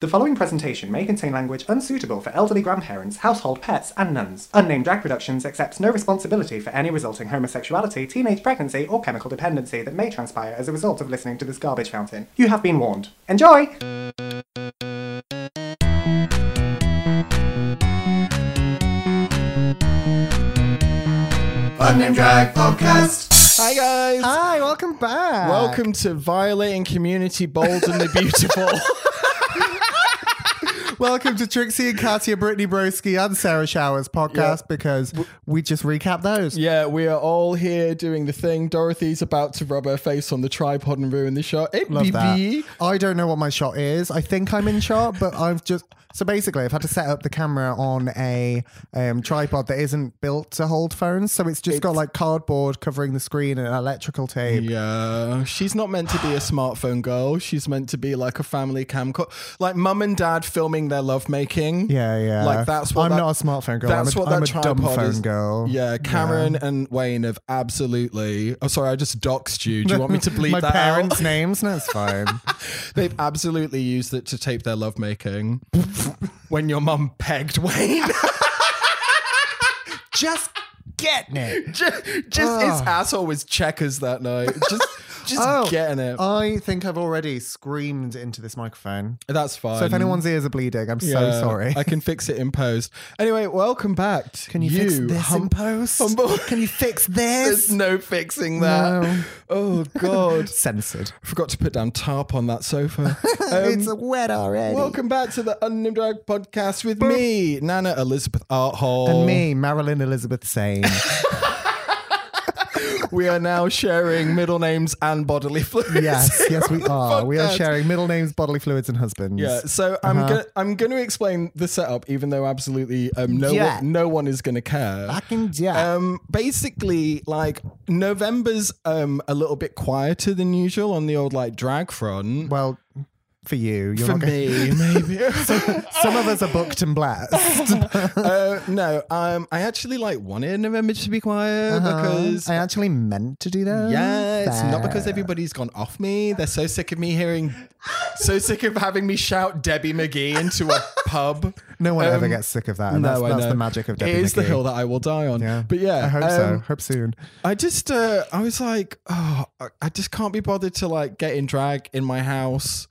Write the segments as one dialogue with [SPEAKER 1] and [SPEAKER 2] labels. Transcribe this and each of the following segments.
[SPEAKER 1] The following presentation may contain language unsuitable for elderly grandparents, household pets, and nuns. Unnamed Drag Productions accepts no responsibility for any resulting homosexuality, teenage pregnancy, or chemical dependency that may transpire as a result of listening to this garbage fountain. You have been warned. Enjoy!
[SPEAKER 2] Unnamed Drag Podcast.
[SPEAKER 3] Hi guys.
[SPEAKER 1] Hi, welcome back!
[SPEAKER 3] Welcome to Violating Community Bold and the Beautiful.
[SPEAKER 2] Welcome to Trixie and Katia, Brittany Broski, and Sarah Showers podcast because we just recap those.
[SPEAKER 3] yeah, we are all here doing the thing. Dorothy's about to rub her face on the tripod and ruin the shot. Hey,
[SPEAKER 2] Love
[SPEAKER 3] BB.
[SPEAKER 2] that. I don't know what my shot is. I think I'm in shot, but I've just so basically I've had to set up the camera on a um, tripod that isn't built to hold phones, so it's just got like cardboard covering the screen and electrical tape.
[SPEAKER 3] Yeah, she's not meant to be a smartphone girl. She's meant to be like a family camcorder, like mum and dad filming their lovemaking.
[SPEAKER 2] Yeah, yeah.
[SPEAKER 3] Like that's what
[SPEAKER 2] I'm
[SPEAKER 3] that-
[SPEAKER 2] not a smartphone girl.
[SPEAKER 3] That's
[SPEAKER 2] I'm a,
[SPEAKER 3] what that
[SPEAKER 2] I'm a
[SPEAKER 3] tripod
[SPEAKER 2] dumb phone
[SPEAKER 3] is.
[SPEAKER 2] girl.
[SPEAKER 3] Yeah, Karen and Wayne have absolutely. Oh, sorry, I just doxed you. Do you want me to bleed
[SPEAKER 2] my
[SPEAKER 3] that out?
[SPEAKER 2] parents' names? No, it's fine.
[SPEAKER 3] They've absolutely used it to tape their lovemaking. when your mum pegged Wayne.
[SPEAKER 2] just getting it.
[SPEAKER 3] just just his asshole was checkers that night. Just just getting it.
[SPEAKER 2] Oh, I think I've already screamed into this microphone.
[SPEAKER 3] That's fine.
[SPEAKER 2] So if anyone's ears are bleeding, I'm so
[SPEAKER 3] Yeah,
[SPEAKER 2] sorry.
[SPEAKER 3] I can fix it in post. Anyway, welcome back. Can hum-
[SPEAKER 2] post?
[SPEAKER 3] humble-
[SPEAKER 2] Can you fix
[SPEAKER 3] There's
[SPEAKER 2] this?
[SPEAKER 3] no fixing that.
[SPEAKER 2] No.
[SPEAKER 3] Oh god.
[SPEAKER 2] Censored.
[SPEAKER 3] Forgot to put down tarp on that sofa.
[SPEAKER 2] it's wet already.
[SPEAKER 3] Um, Welcome back to the Unnamed Drag Podcast with me, Nana Elizabeth Arthole.
[SPEAKER 2] And me, Marilyn Elizabeth Sane.
[SPEAKER 3] We are now sharing middle names and bodily fluids.
[SPEAKER 2] yes,
[SPEAKER 3] here
[SPEAKER 2] yes,
[SPEAKER 3] on
[SPEAKER 2] we
[SPEAKER 3] the
[SPEAKER 2] are. We are
[SPEAKER 3] podcast.
[SPEAKER 2] sharing middle names, bodily fluids, and husbands.
[SPEAKER 3] Yeah, so I'm
[SPEAKER 2] Uh-huh.
[SPEAKER 3] gonna I'm gonna explain the setup, even though absolutely um, no
[SPEAKER 2] Yeah.
[SPEAKER 3] one, no one is gonna care.
[SPEAKER 2] Fucking yeah.
[SPEAKER 3] Um, basically, like November's um a little bit quieter than usual on the old like drag front.
[SPEAKER 2] well, for you, you're
[SPEAKER 3] For
[SPEAKER 2] not going
[SPEAKER 3] me, maybe.
[SPEAKER 2] Some of us are booked and blessed.
[SPEAKER 3] uh, no, um, I actually like wanted November to be quiet
[SPEAKER 2] Uh-huh.
[SPEAKER 3] because
[SPEAKER 2] I actually meant to do that.
[SPEAKER 3] Yeah, it's not because everybody's gone off me. They're so sick of me hearing, so sick of having me shout Debbie McGee into a pub.
[SPEAKER 2] No one ever
[SPEAKER 3] Um,
[SPEAKER 2] gets sick of that. And that's,
[SPEAKER 3] I
[SPEAKER 2] that's
[SPEAKER 3] know.
[SPEAKER 2] the magic of Debbie
[SPEAKER 3] It is the
[SPEAKER 2] McGee.
[SPEAKER 3] hill that I will die on. But yeah,
[SPEAKER 2] I hope so.
[SPEAKER 3] um,
[SPEAKER 2] Hope soon.
[SPEAKER 3] I just, uh, I was like, oh, I- I just can't be bothered to like get in drag in my house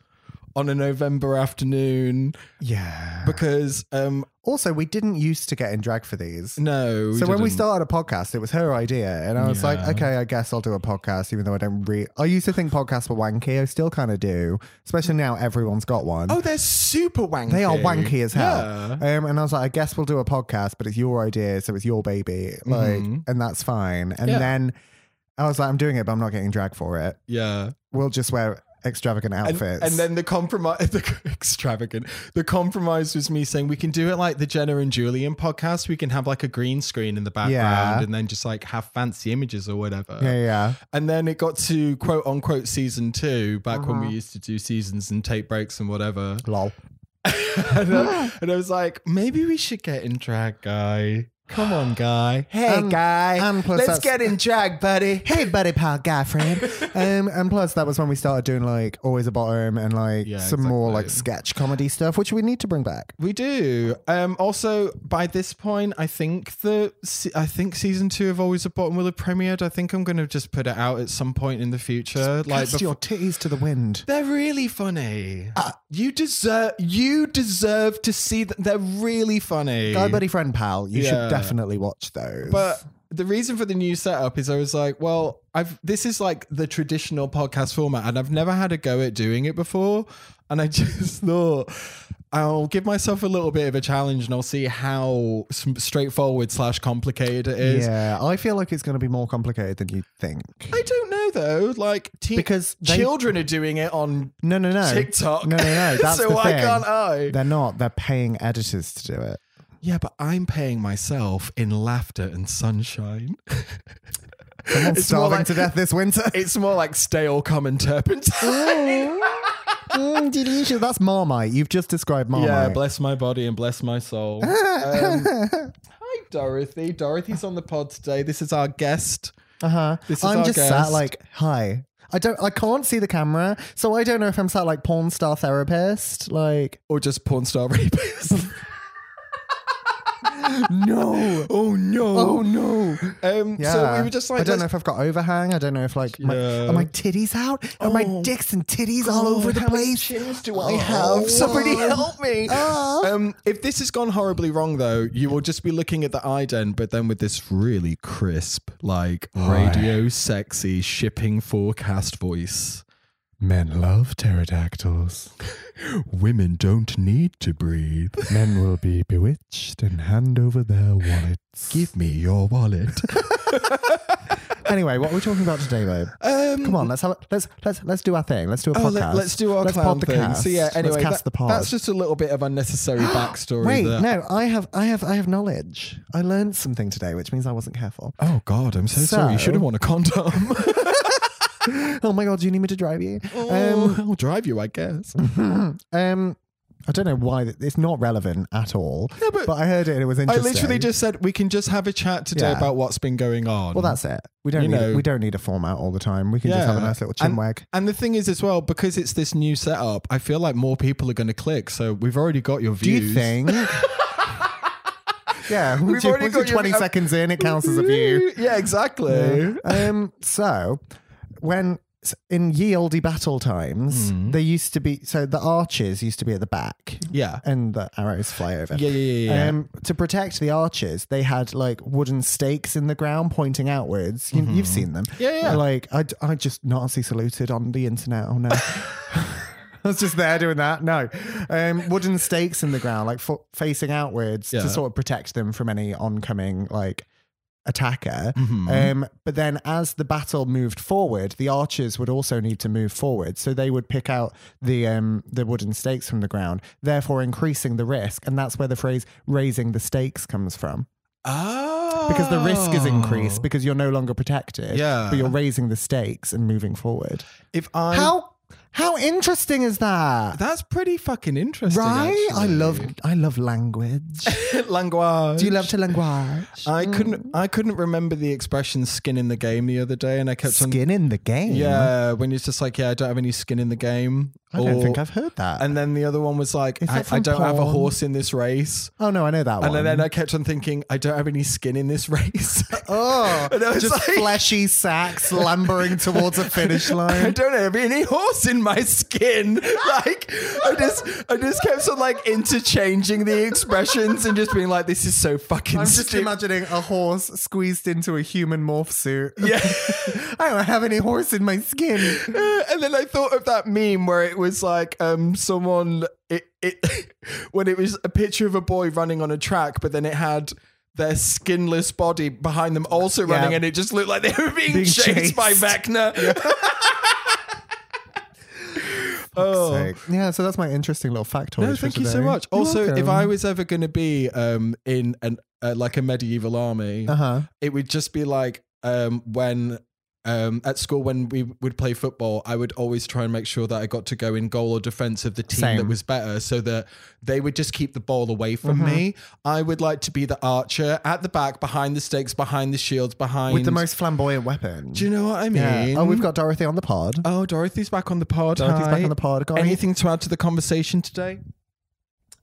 [SPEAKER 3] on a November afternoon
[SPEAKER 2] Yeah.
[SPEAKER 3] because, um,
[SPEAKER 2] Also, we didn't used to get in drag for these.
[SPEAKER 3] no.
[SPEAKER 2] so when we
[SPEAKER 3] didn't.
[SPEAKER 2] started a podcast, it was her idea, and I was
[SPEAKER 3] Yeah.
[SPEAKER 2] like, okay, I guess I'll do a podcast, even though I don't. Re- I used to think podcasts were wanky. I still kind of do, especially now everyone's got one.
[SPEAKER 3] oh, they're super wanky.
[SPEAKER 2] They are wanky as hell.
[SPEAKER 3] Yeah.
[SPEAKER 2] Um, and I was like, I guess we'll do a podcast, but it's your idea, so it's your baby, like, and that's fine. And
[SPEAKER 3] Mm-hmm. Yeah.
[SPEAKER 2] then I was like, I'm doing it, but I'm not getting drag for it.
[SPEAKER 3] Yeah.
[SPEAKER 2] We'll just wear extravagant
[SPEAKER 3] And,
[SPEAKER 2] outfits.
[SPEAKER 3] and then the compromise, the extravagant, the compromise was me saying we can do it like the Jenna and Julian podcast. We can have like a green screen in the background
[SPEAKER 2] Yeah.
[SPEAKER 3] and then just like have fancy images or whatever.
[SPEAKER 2] yeah, yeah.
[SPEAKER 3] And then it got to quote unquote season two, back when we used to do seasons and take breaks and whatever.
[SPEAKER 2] Lol.
[SPEAKER 3] and, I, and I was like, maybe we should get in drag, guy. Come on, guy. Hey,
[SPEAKER 2] And-
[SPEAKER 3] guy.
[SPEAKER 2] and plus
[SPEAKER 3] Let's
[SPEAKER 2] that's-
[SPEAKER 3] get in drag, buddy.
[SPEAKER 2] hey buddy pal guy friend um, and plus that was when we started doing like always a bottom and like
[SPEAKER 3] Yeah,
[SPEAKER 2] some more like
[SPEAKER 3] exactly.
[SPEAKER 2] sketch comedy stuff which we need to bring back
[SPEAKER 3] We do. Um, also, by this point, I think the se- I think season two of Always a Bottom will have premiered. I think I'm going to just put it out at some point in the future. like,
[SPEAKER 2] cast your
[SPEAKER 3] befo-
[SPEAKER 2] titties to the wind
[SPEAKER 3] they're really funny. Uh, you deserve you deserve to see that they're really funny.
[SPEAKER 2] guy buddy friend pal you
[SPEAKER 3] Yeah.
[SPEAKER 2] should definitely watch those
[SPEAKER 3] But the reason for the new setup is I was like, well, I've this is like the traditional podcast format, and I've never had a go at doing it before. And I just thought I'll give myself a little bit of a challenge, and I'll see how s- straightforward slash complicated it is.
[SPEAKER 2] yeah i feel like it's going to be more complicated than you think
[SPEAKER 3] I don't know though, like te-
[SPEAKER 2] Because they-
[SPEAKER 3] children are doing it on
[SPEAKER 2] no no no
[SPEAKER 3] TikTok.
[SPEAKER 2] no no no that's
[SPEAKER 3] so
[SPEAKER 2] the
[SPEAKER 3] why
[SPEAKER 2] thing.
[SPEAKER 3] can't I?
[SPEAKER 2] they're not they're paying editors to do it
[SPEAKER 3] yeah, but I'm paying myself in laughter and sunshine.
[SPEAKER 2] someone's
[SPEAKER 3] more
[SPEAKER 2] starving
[SPEAKER 3] like-
[SPEAKER 2] to death this winter
[SPEAKER 3] it's more like stale common turpentine.
[SPEAKER 2] Mm, delicious. that's marmite you've just described marmite
[SPEAKER 3] Yeah, bless Oh my body and bless my soul. Um, hi, Dorothy. Dorothy's on the pod today. This is our guest.
[SPEAKER 2] Uh huh.
[SPEAKER 3] This is
[SPEAKER 2] I'm
[SPEAKER 3] our
[SPEAKER 2] just
[SPEAKER 3] guest.
[SPEAKER 2] sat like, hi. I don't. I can't see the camera, so I don't know if I'm sat like porn star therapist. Like,
[SPEAKER 3] Or just porn star rapist.
[SPEAKER 2] no.
[SPEAKER 3] oh no.
[SPEAKER 2] Oh no!
[SPEAKER 3] Um,
[SPEAKER 2] Yeah.
[SPEAKER 3] So we were just like,
[SPEAKER 2] I don't
[SPEAKER 3] let's-
[SPEAKER 2] know if I've got overhang. I don't know if like my,
[SPEAKER 3] Yeah.
[SPEAKER 2] are my titties out? Are my
[SPEAKER 3] Oh.
[SPEAKER 2] dicks and titties all over the
[SPEAKER 3] how many
[SPEAKER 2] place?
[SPEAKER 3] chins do I have? Somebody help me.
[SPEAKER 2] Uh, Oh.
[SPEAKER 3] Um, if this has gone horribly wrong, though, you will just be looking at the iDen, but then with this really crisp, like radio sexy shipping forecast voice.
[SPEAKER 2] Men love pterodactyls.
[SPEAKER 3] Women don't need to breathe.
[SPEAKER 2] Men will be bewitched and hand over their wallets.
[SPEAKER 3] Give me your wallet.
[SPEAKER 2] anyway, what are we talking about today, babe?
[SPEAKER 3] Um,
[SPEAKER 2] Come on, let's have a, let's let's let's do our thing. Let's do a
[SPEAKER 3] Oh,
[SPEAKER 2] podcast.
[SPEAKER 3] let, us do our
[SPEAKER 2] let's
[SPEAKER 3] clown
[SPEAKER 2] pod the
[SPEAKER 3] thing.
[SPEAKER 2] Cast.
[SPEAKER 3] So yeah, anyway,
[SPEAKER 2] let's cast
[SPEAKER 3] that-
[SPEAKER 2] the pod.
[SPEAKER 3] that's just a little bit of unnecessary backstory.
[SPEAKER 2] Wait,
[SPEAKER 3] that-
[SPEAKER 2] no, I have I have I have knowledge. I learned something today, which means I wasn't careful.
[SPEAKER 3] Oh God, I'm so sorry. You
[SPEAKER 2] So-
[SPEAKER 3] should have worn a condom.
[SPEAKER 2] Oh my god, do you need me to drive you?
[SPEAKER 3] um, I'll drive you, I guess.
[SPEAKER 2] Um, um, I don't know why th- it's not relevant at all.
[SPEAKER 3] Yeah, but-
[SPEAKER 2] I heard it and it was
[SPEAKER 3] I
[SPEAKER 2] interesting.
[SPEAKER 3] literally just said we can just have a chat today
[SPEAKER 2] Yeah.
[SPEAKER 3] about what's been going on.
[SPEAKER 2] well, that's it. We don't
[SPEAKER 3] You
[SPEAKER 2] need
[SPEAKER 3] know.
[SPEAKER 2] we don't need a format all the time. We can just have a
[SPEAKER 3] Yeah.
[SPEAKER 2] nice little
[SPEAKER 3] And-
[SPEAKER 2] chinwag.
[SPEAKER 3] and the thing is as well because it's this new setup. I feel like more people are going to click. So we've already got your
[SPEAKER 2] Do
[SPEAKER 3] views.
[SPEAKER 2] you think? yeah, once you,
[SPEAKER 3] already
[SPEAKER 2] once you're
[SPEAKER 3] got your-
[SPEAKER 2] 20 seconds in, it counts as a view.
[SPEAKER 3] yeah, exactly.
[SPEAKER 2] um, so when s- in ye olde battle times,
[SPEAKER 3] Mm.
[SPEAKER 2] there used to be so the archers used to be at the back,
[SPEAKER 3] Yeah.
[SPEAKER 2] and the arrows fly over.
[SPEAKER 3] Yeah, yeah, yeah, yeah.
[SPEAKER 2] Um, to protect the archers, they had like wooden stakes in the ground pointing outwards.
[SPEAKER 3] Mm-hmm.
[SPEAKER 2] You, You've seen them.
[SPEAKER 3] Yeah, yeah.
[SPEAKER 2] Like I, d- I just Nazi saluted on the internet. Oh no. I was just there doing that. No, um, wooden stakes in the ground, like fo- facing outwards,
[SPEAKER 3] Yeah.
[SPEAKER 2] to sort of protect them from any oncoming like attacker.
[SPEAKER 3] Mhm.
[SPEAKER 2] Um, but then, as the battle moved forward, the archers would also need to move forward, so they would pick out the um, the wooden stakes from the ground, therefore increasing the risk. And that's where the phrase "raising the stakes" comes from,
[SPEAKER 3] Oh.
[SPEAKER 2] because the risk is increased because you're no longer protected,
[SPEAKER 3] Yeah.
[SPEAKER 2] but you're raising the stakes and moving forward.
[SPEAKER 3] If I
[SPEAKER 2] how how interesting is that?
[SPEAKER 3] That's pretty fucking interesting.
[SPEAKER 2] Right, I
[SPEAKER 3] actually.
[SPEAKER 2] love I love language.
[SPEAKER 3] language.
[SPEAKER 2] Do you Mm. love to language?
[SPEAKER 3] I couldn't. I couldn't remember the expression "skin in the game" the other day, and I kept on.
[SPEAKER 2] skin in the game.
[SPEAKER 3] Yeah, when it's just like, yeah, I don't have any skin in the game.
[SPEAKER 2] I don't
[SPEAKER 3] or-
[SPEAKER 2] think I've heard that.
[SPEAKER 3] And then the other one was like,
[SPEAKER 2] Is that
[SPEAKER 3] I, I
[SPEAKER 2] from
[SPEAKER 3] don't have a
[SPEAKER 2] porn?
[SPEAKER 3] horse in this race.
[SPEAKER 2] oh no, I know that
[SPEAKER 3] And
[SPEAKER 2] one.
[SPEAKER 3] then, uh, I kept on thinking, I don't have any skin in this race.
[SPEAKER 2] Oh,
[SPEAKER 3] And I was
[SPEAKER 2] just
[SPEAKER 3] like-
[SPEAKER 2] fleshy sacks lumbering towards a finish
[SPEAKER 3] I
[SPEAKER 2] line.
[SPEAKER 3] don't have any horse in my skin. Like I just, I just kept on like interchanging the expressions and just being like, this is so fucking
[SPEAKER 2] I'm just
[SPEAKER 3] stupid.
[SPEAKER 2] imagining a horse squeezed into a human morph suit.
[SPEAKER 3] yeah.
[SPEAKER 2] I don't have any horse in my skin.
[SPEAKER 3] Uh, and then I thought of that meme where it was like um someone it it when it was a picture of a boy running on a track, but then it had their skinless body behind them also
[SPEAKER 2] Yeah.
[SPEAKER 3] running, and it just looked like they were being,
[SPEAKER 2] Being
[SPEAKER 3] chased,
[SPEAKER 2] chased.
[SPEAKER 3] by Vecna. oh.
[SPEAKER 2] So, yeah, so that's my interesting little factoid.
[SPEAKER 3] No,
[SPEAKER 2] for
[SPEAKER 3] thank you so
[SPEAKER 2] today.
[SPEAKER 3] much.
[SPEAKER 2] You're
[SPEAKER 3] also, if I
[SPEAKER 2] welcome.
[SPEAKER 3] was ever going to be um, in an uh, like a medieval army,
[SPEAKER 2] uh-huh.
[SPEAKER 3] it would just be like um when um at school when we would play football i would always try and make sure that i got to go in goal or defense of the team
[SPEAKER 2] Same.
[SPEAKER 3] that was better so that they would just keep the ball away from
[SPEAKER 2] Mm-hmm.
[SPEAKER 3] me i would like to be the archer at the back behind the stakes behind the shields behind
[SPEAKER 2] with the most flamboyant weapon.
[SPEAKER 3] do you know what i mean
[SPEAKER 2] yeah. Oh, we've got Dorothy on the pod.
[SPEAKER 3] oh dorothy's back on the pod
[SPEAKER 2] Dorothy's back
[SPEAKER 3] Hi.
[SPEAKER 2] on the pod. Got any-
[SPEAKER 3] anything to add to the conversation today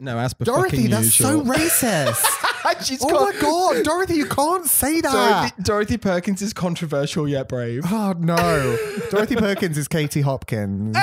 [SPEAKER 3] no as per
[SPEAKER 2] Dorothy,
[SPEAKER 3] fucking
[SPEAKER 2] that's so
[SPEAKER 3] usual.
[SPEAKER 2] racist.
[SPEAKER 3] She's
[SPEAKER 2] oh
[SPEAKER 3] got-
[SPEAKER 2] my god, Dorothy, you can't say that.
[SPEAKER 3] Dorothy, Dorothy Perkins is controversial yet brave.
[SPEAKER 2] Oh no. Dorothy Perkins is Katie Hopkins.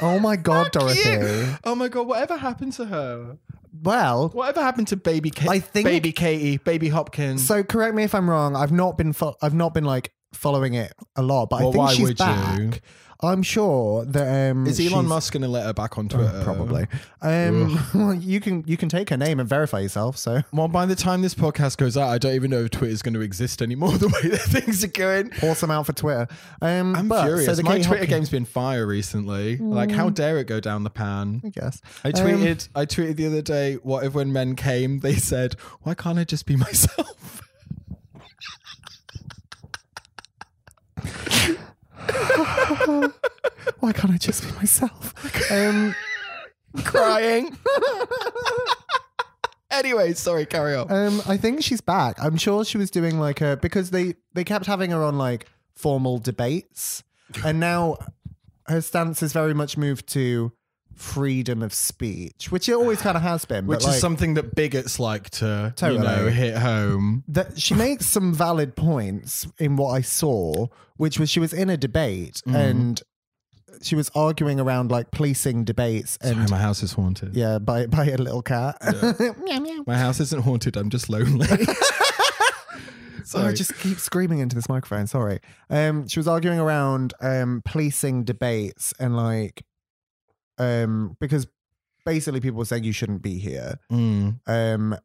[SPEAKER 2] Oh my god, Dorothy.
[SPEAKER 3] Yeah. Oh my god, whatever happened to her?
[SPEAKER 2] Well,
[SPEAKER 3] Whatever happened to baby Katie?
[SPEAKER 2] I think-
[SPEAKER 3] baby Katie, baby Hopkins.
[SPEAKER 2] so correct me if I'm wrong. I've not been fo- I've not been like following it a lot, but
[SPEAKER 3] Well,
[SPEAKER 2] I think
[SPEAKER 3] why
[SPEAKER 2] she's
[SPEAKER 3] would you?
[SPEAKER 2] back. I'm sure that um
[SPEAKER 3] is Elon
[SPEAKER 2] she's-
[SPEAKER 3] Musk going to let her back on Twitter?
[SPEAKER 2] probably. Um well, you can you can take her name and verify yourself, so
[SPEAKER 3] Well, by the time this podcast goes out, I don't even know if Twitter's going to exist anymore. The way that things are going,
[SPEAKER 2] pour some out for Twitter. Um
[SPEAKER 3] I'm
[SPEAKER 2] but,
[SPEAKER 3] furious.
[SPEAKER 2] So the
[SPEAKER 3] My
[SPEAKER 2] Katie
[SPEAKER 3] Twitter
[SPEAKER 2] Hopkins-
[SPEAKER 3] game's been fire recently. Like, how dare it go down the pan?
[SPEAKER 2] I guess.
[SPEAKER 3] I
[SPEAKER 2] Um,
[SPEAKER 3] tweeted. I tweeted the other day. What if when men came, they said, "Why can't I just be myself?"
[SPEAKER 2] Um, why can't I just be myself? um
[SPEAKER 3] Crying. anyway, sorry. Carry on.
[SPEAKER 2] Um, I think she's back. I'm sure she was doing like a because they they kept having her on like formal debates. and now her stance is very much moved to freedom of speech, which it always kind of has been.
[SPEAKER 3] Which
[SPEAKER 2] but like,
[SPEAKER 3] is something that bigots like to
[SPEAKER 2] Totally.
[SPEAKER 3] you know hit home.
[SPEAKER 2] that she makes some valid points in what I saw, which was she was in a debate
[SPEAKER 3] Mm-hmm.
[SPEAKER 2] and she was arguing around like policing debates and
[SPEAKER 3] Sorry, my house is haunted.
[SPEAKER 2] yeah, by by a little cat. meow, meow.
[SPEAKER 3] My house isn't haunted. I'm just lonely.
[SPEAKER 2] Oh, I
[SPEAKER 3] Sorry.
[SPEAKER 2] just keep screaming into this microphone. Sorry. Um, she was arguing around um policing debates and like um because basically people were saying you shouldn't be here.
[SPEAKER 3] Mm.
[SPEAKER 2] Um,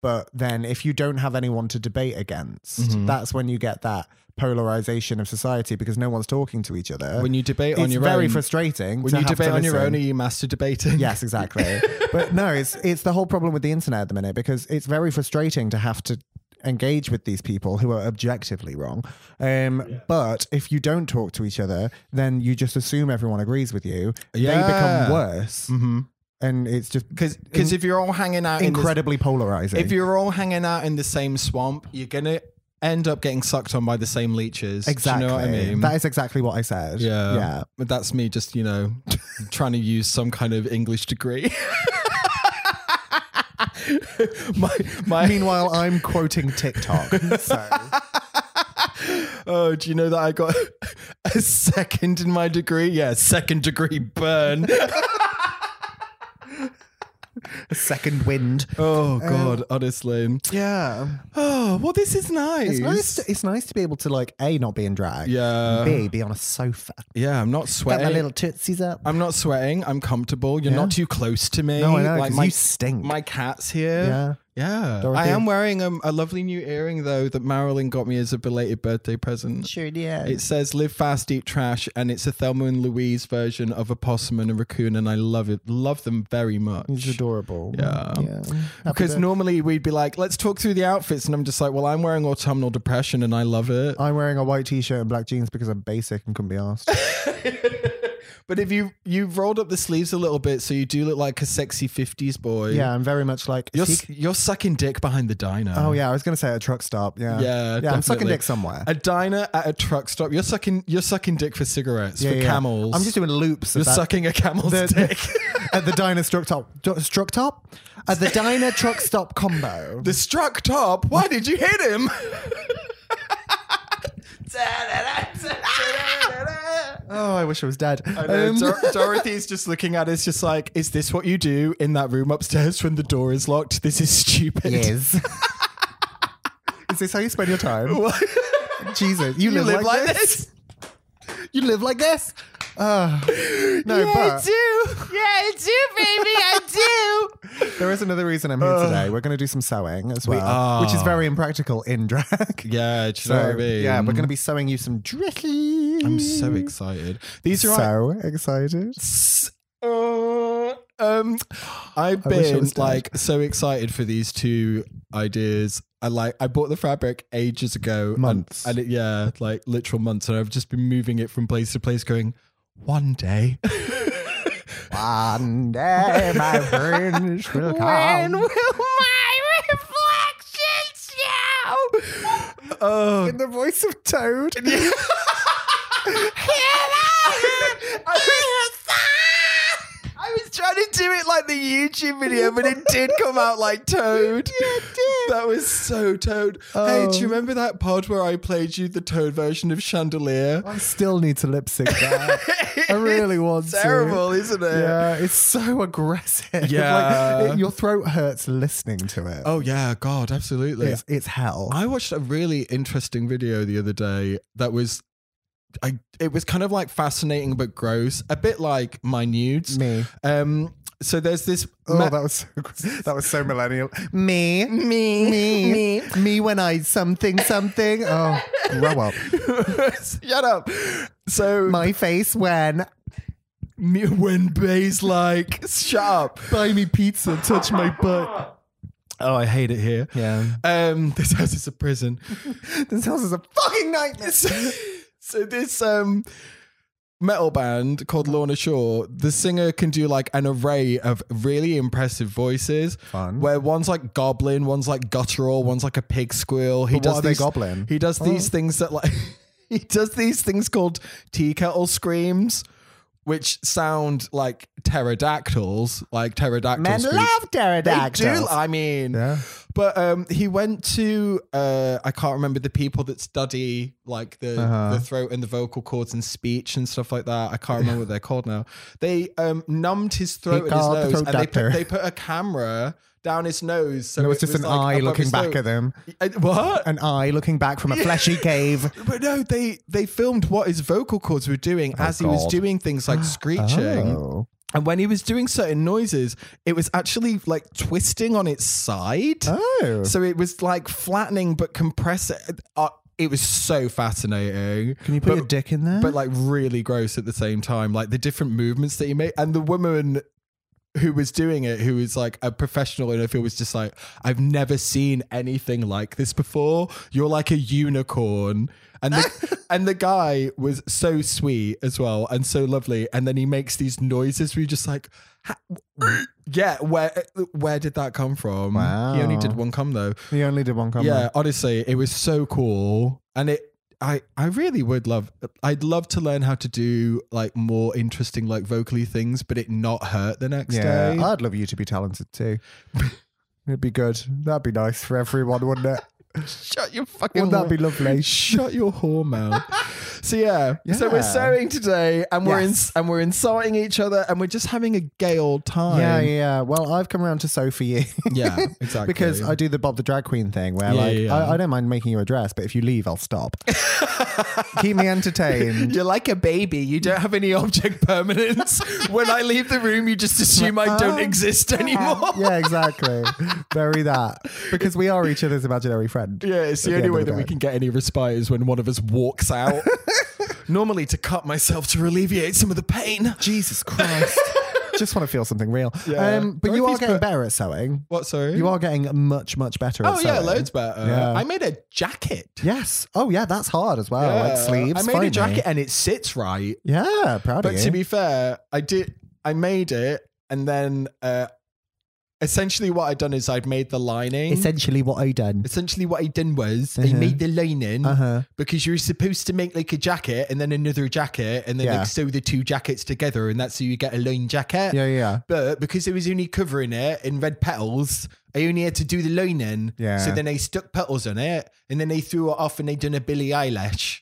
[SPEAKER 2] but then if you don't have anyone to debate against,
[SPEAKER 3] Mhm.
[SPEAKER 2] that's when you get that polarization of society because no one's talking to each other.
[SPEAKER 3] When you debate on
[SPEAKER 2] uh, it's
[SPEAKER 3] your
[SPEAKER 2] very
[SPEAKER 3] own,
[SPEAKER 2] frustrating.
[SPEAKER 3] when
[SPEAKER 2] to
[SPEAKER 3] you
[SPEAKER 2] have to
[SPEAKER 3] debate on your own,
[SPEAKER 2] listen.
[SPEAKER 3] are you master debating?
[SPEAKER 2] Yes, exactly. but no, it's it's the whole problem with the internet at the minute because it's very frustrating to have to engage with these people who are objectively wrong. Um, But if you don't talk to each other, then you just assume everyone agrees with you. They
[SPEAKER 3] Yeah. Mm-hmm.
[SPEAKER 2] become worse, and it's just
[SPEAKER 3] because because if you're all hanging out in the
[SPEAKER 2] incredibly polarizing.
[SPEAKER 3] If you're all hanging out in the same swamp, you're gonna end up getting sucked on by the same leeches. Do
[SPEAKER 2] exactly,
[SPEAKER 3] You know what I mean?
[SPEAKER 2] that is exactly what I said.
[SPEAKER 3] yeah.
[SPEAKER 2] yeah.
[SPEAKER 3] But that's me just, you know, trying to use some kind of English degree. my my
[SPEAKER 2] Meanwhile, I'm quoting TikTok. So.
[SPEAKER 3] Oh, do you know that I got a second in my degree? Yeah, second degree burn.
[SPEAKER 2] Second wind.
[SPEAKER 3] oh god, honestly.
[SPEAKER 2] Yeah,
[SPEAKER 3] Oh, well this is nice.
[SPEAKER 2] it's nice. To, it's nice to be able to like a not be in drag.
[SPEAKER 3] Yeah.
[SPEAKER 2] B be on a sofa.
[SPEAKER 3] Yeah, I'm not
[SPEAKER 2] Got my
[SPEAKER 3] sweating.
[SPEAKER 2] little tootsies up.
[SPEAKER 3] I'm not sweating. I'm comfortable. You're not too close to me.
[SPEAKER 2] No, I know, 'cause
[SPEAKER 3] my,
[SPEAKER 2] you stink.
[SPEAKER 3] My cat's here.
[SPEAKER 2] Yeah.
[SPEAKER 3] Yeah.
[SPEAKER 2] Dorothy.
[SPEAKER 3] I am wearing um, a lovely new earring, though, that Marilyn got me as a belated birthday present.
[SPEAKER 2] Sure, yeah.
[SPEAKER 3] It says "Live Fast, Eat Trash," and it's a Thelma and Louise version of a possum and a raccoon, and I love it. Love them very much.
[SPEAKER 2] It's adorable.
[SPEAKER 3] Yeah.
[SPEAKER 2] Happy
[SPEAKER 3] Because
[SPEAKER 2] to-
[SPEAKER 3] normally we'd be like, "Let's talk through the outfits," and I'm just like, "Well, I'm wearing autumnal depression, and I love it."
[SPEAKER 2] I'm wearing a white t-shirt and black jeans because I'm basic and couldn't be asked.
[SPEAKER 3] But if you you've rolled up the sleeves a little bit, so you do look like a sexy '50s boy.
[SPEAKER 2] yeah, I'm very much like.
[SPEAKER 3] You're,
[SPEAKER 2] she-
[SPEAKER 3] s you're sucking dick behind the diner.
[SPEAKER 2] oh yeah, I was gonna say at a truck stop. Yeah,
[SPEAKER 3] Yeah,
[SPEAKER 2] yeah. I'm sucking
[SPEAKER 3] definitely.
[SPEAKER 2] dick somewhere.
[SPEAKER 3] A diner at a truck stop. You're sucking. You're sucking dick for cigarettes
[SPEAKER 2] Yeah,
[SPEAKER 3] for
[SPEAKER 2] yeah.
[SPEAKER 3] camels.
[SPEAKER 2] I'm just doing loops. of
[SPEAKER 3] You're
[SPEAKER 2] that.
[SPEAKER 3] sucking a camel's
[SPEAKER 2] The-
[SPEAKER 3] dick.
[SPEAKER 2] at the diner truck stop. Dr- Truck stop. At the diner truck stop combo.
[SPEAKER 3] the struck top. Why did you hit him?
[SPEAKER 2] oh, I wish I was dead. Um,
[SPEAKER 3] Uh, Dor- Dorothy's just looking at us, just like, is this what you do in that room upstairs when the door is locked? This is stupid.
[SPEAKER 2] yes. Is this how you spend your time? Jesus, you,
[SPEAKER 3] you
[SPEAKER 2] live, like, this? You live like this? Uh, no, but
[SPEAKER 3] do. Yeah, I do, baby. I do.
[SPEAKER 2] there is another reason I'm here today. We're going to do some sewing as well,
[SPEAKER 3] are.
[SPEAKER 2] which is very impractical in drag.
[SPEAKER 3] Yeah, do you know what I
[SPEAKER 2] So,
[SPEAKER 3] mean?
[SPEAKER 2] yeah, we're going to be sewing you some dresses.
[SPEAKER 3] I'm so excited. These are
[SPEAKER 2] so excited.
[SPEAKER 3] Uh, um, I've
[SPEAKER 2] wish I
[SPEAKER 3] been
[SPEAKER 2] was dead.
[SPEAKER 3] like so excited for these two ideas. I like I bought the fabric ages ago, and-
[SPEAKER 2] Months.
[SPEAKER 3] and, it, yeah, like literal months, and I've just been moving it from place to place, going one day.
[SPEAKER 2] One day my friends will come.
[SPEAKER 3] my reflections show? Oh,
[SPEAKER 2] In the voice of Toad.
[SPEAKER 3] I was, I was trying to do it like the YouTube video, but it did come out like Toad. Yeah, it did. Oh. That was so Toad. Hey, do you remember that pod where I played you the Toad version of Chandelier?
[SPEAKER 2] I still need to lip sync that. I really want
[SPEAKER 3] Terrible,
[SPEAKER 2] to.
[SPEAKER 3] isn't it?
[SPEAKER 2] Yeah, it's so aggressive.
[SPEAKER 3] Yeah.
[SPEAKER 2] Like, it- your throat hurts listening to it.
[SPEAKER 3] Oh yeah, God, absolutely.
[SPEAKER 2] It's, it's hell.
[SPEAKER 3] I watched a really interesting video the other day that was I it was kind of like fascinating but gross, a bit like my nudes.
[SPEAKER 2] Me.
[SPEAKER 3] Um so there's this
[SPEAKER 2] Oh,
[SPEAKER 3] ma-
[SPEAKER 2] that was so, that was so millennial. Me, me, me, me, when I something something. Oh, grow up.
[SPEAKER 3] Shut up. So
[SPEAKER 2] My face when
[SPEAKER 3] me- when Bay's like, shut up.
[SPEAKER 2] buy me pizza, touch my butt.
[SPEAKER 3] Oh, I hate it here.
[SPEAKER 2] Yeah,
[SPEAKER 3] Um, this house is a prison.
[SPEAKER 2] this house is a fucking nightmare.
[SPEAKER 3] so, so this um metal band called Lorna Shore, the singer can do like an array of really impressive voices.
[SPEAKER 2] Fun.
[SPEAKER 3] Where one's like goblin, one's like guttural, one's like a pig squeal.
[SPEAKER 2] But
[SPEAKER 3] He
[SPEAKER 2] what
[SPEAKER 3] does
[SPEAKER 2] are they
[SPEAKER 3] these,
[SPEAKER 2] goblin? Oh.
[SPEAKER 3] He does these things that like he does these things called tea kettle screams, which sound like pterodactyls, like pterodactyls.
[SPEAKER 2] Men love pterodactyls.
[SPEAKER 3] They do. I mean,
[SPEAKER 2] Yeah.
[SPEAKER 3] but um, he went to uh, I can't remember the people that study like the
[SPEAKER 2] Uh-huh.
[SPEAKER 3] the throat and the vocal cords and speech and stuff like that. I can't remember what they're called now. They um, numbed his throat and his
[SPEAKER 2] called the
[SPEAKER 3] nose,
[SPEAKER 2] throat
[SPEAKER 3] and they
[SPEAKER 2] doctor.
[SPEAKER 3] put, they put a camera down his nose. So
[SPEAKER 2] And it was
[SPEAKER 3] it
[SPEAKER 2] just an
[SPEAKER 3] like,
[SPEAKER 2] eye
[SPEAKER 3] above
[SPEAKER 2] looking
[SPEAKER 3] his
[SPEAKER 2] back
[SPEAKER 3] nose.
[SPEAKER 2] at them.
[SPEAKER 3] Uh, What?
[SPEAKER 2] An eye looking back from a fleshy cave.
[SPEAKER 3] But no, they they filmed what his vocal cords were doing as he was
[SPEAKER 2] Oh, God.
[SPEAKER 3] doing things like screeching.
[SPEAKER 2] Oh.
[SPEAKER 3] And when he was doing certain noises, it was actually like twisting on its side.
[SPEAKER 2] Oh.
[SPEAKER 3] So it was like flattening but compressing. Uh, it was so fascinating.
[SPEAKER 2] Can you put your dick in there?
[SPEAKER 3] But like really gross at the same time. Like the different movements that he made. And the woman who was doing it, who was like a professional in her field, was just like, I've never seen anything like this before. You're like a unicorn. And the, and the guy was so sweet as well and so lovely. And then he makes these noises where you're just like, "Ha- yeah, where where did that come from? He only
[SPEAKER 2] Wow.
[SPEAKER 3] did one come though.
[SPEAKER 2] he only did one comment.
[SPEAKER 3] Yeah, honestly, it was so cool, and it. I, I really would love I'd love to learn how to do like more interesting like vocally things but it not hurt the next
[SPEAKER 2] Yeah,
[SPEAKER 3] day.
[SPEAKER 2] I'd love you to be talented too. It'd be good. That'd be nice for everyone, wouldn't it?
[SPEAKER 3] Shut your fucking
[SPEAKER 2] Wouldn't that be
[SPEAKER 3] whore-
[SPEAKER 2] lovely?
[SPEAKER 3] Shut your whore mouth. so yeah, so we're
[SPEAKER 2] Yeah.
[SPEAKER 3] sewing today and we're
[SPEAKER 2] Yes.
[SPEAKER 3] in, and we're insulting each other and we're just having a gay old time.
[SPEAKER 2] Yeah, yeah. Well, I've come around to sew for you.
[SPEAKER 3] Yeah, exactly.
[SPEAKER 2] because I do the Bob the Drag Queen thing where,
[SPEAKER 3] Yeah,
[SPEAKER 2] like,
[SPEAKER 3] yeah, yeah.
[SPEAKER 2] I, I don't mind making you a dress, but if you leave, I'll stop. Keep me entertained.
[SPEAKER 3] You're like a baby. You don't have any object permanence. when I leave the room, you just assume I don't exist anymore.
[SPEAKER 2] yeah, exactly. Bury that. Because we are each other's imaginary friend.
[SPEAKER 3] Yeah, it's
[SPEAKER 2] At
[SPEAKER 3] the,
[SPEAKER 2] the
[SPEAKER 3] only
[SPEAKER 2] end
[SPEAKER 3] way
[SPEAKER 2] of the
[SPEAKER 3] that we
[SPEAKER 2] day.
[SPEAKER 3] can get any respite is when one of us walks out. Normally, to cut myself to alleviate some of the pain.
[SPEAKER 2] Jesus Christ. Just want to feel something real.
[SPEAKER 3] Yeah.
[SPEAKER 2] Um, but you are
[SPEAKER 3] Dorothy's
[SPEAKER 2] getting
[SPEAKER 3] put-
[SPEAKER 2] better at sewing.
[SPEAKER 3] What, sorry?
[SPEAKER 2] You are getting much, much better at
[SPEAKER 3] Oh,
[SPEAKER 2] sewing.
[SPEAKER 3] yeah, loads better.
[SPEAKER 2] Yeah.
[SPEAKER 3] I made a jacket.
[SPEAKER 2] Yes. Oh, yeah, that's hard as well. Like
[SPEAKER 3] Yeah.
[SPEAKER 2] sleeves.
[SPEAKER 3] I made
[SPEAKER 2] finally.
[SPEAKER 3] a jacket and it sits right.
[SPEAKER 2] Yeah, proud
[SPEAKER 3] But
[SPEAKER 2] of you.
[SPEAKER 3] to be fair, I did. I made it, and then uh, essentially what I'd done is I'd made the lining.
[SPEAKER 2] Essentially, what I done.
[SPEAKER 3] essentially, what I'd done was I
[SPEAKER 2] Uh-huh.
[SPEAKER 3] made the lining
[SPEAKER 2] Uh huh.
[SPEAKER 3] because you were supposed to make like a jacket and then another jacket, and then
[SPEAKER 2] Yeah.
[SPEAKER 3] like sew the two jackets together, and that's how you get a line jacket.
[SPEAKER 2] Yeah, yeah.
[SPEAKER 3] But because it was only covering it in red petals, I only had to do the lining.
[SPEAKER 2] Yeah.
[SPEAKER 3] So then they stuck petals on it, and then they threw it off, and they done a Billie eyelash.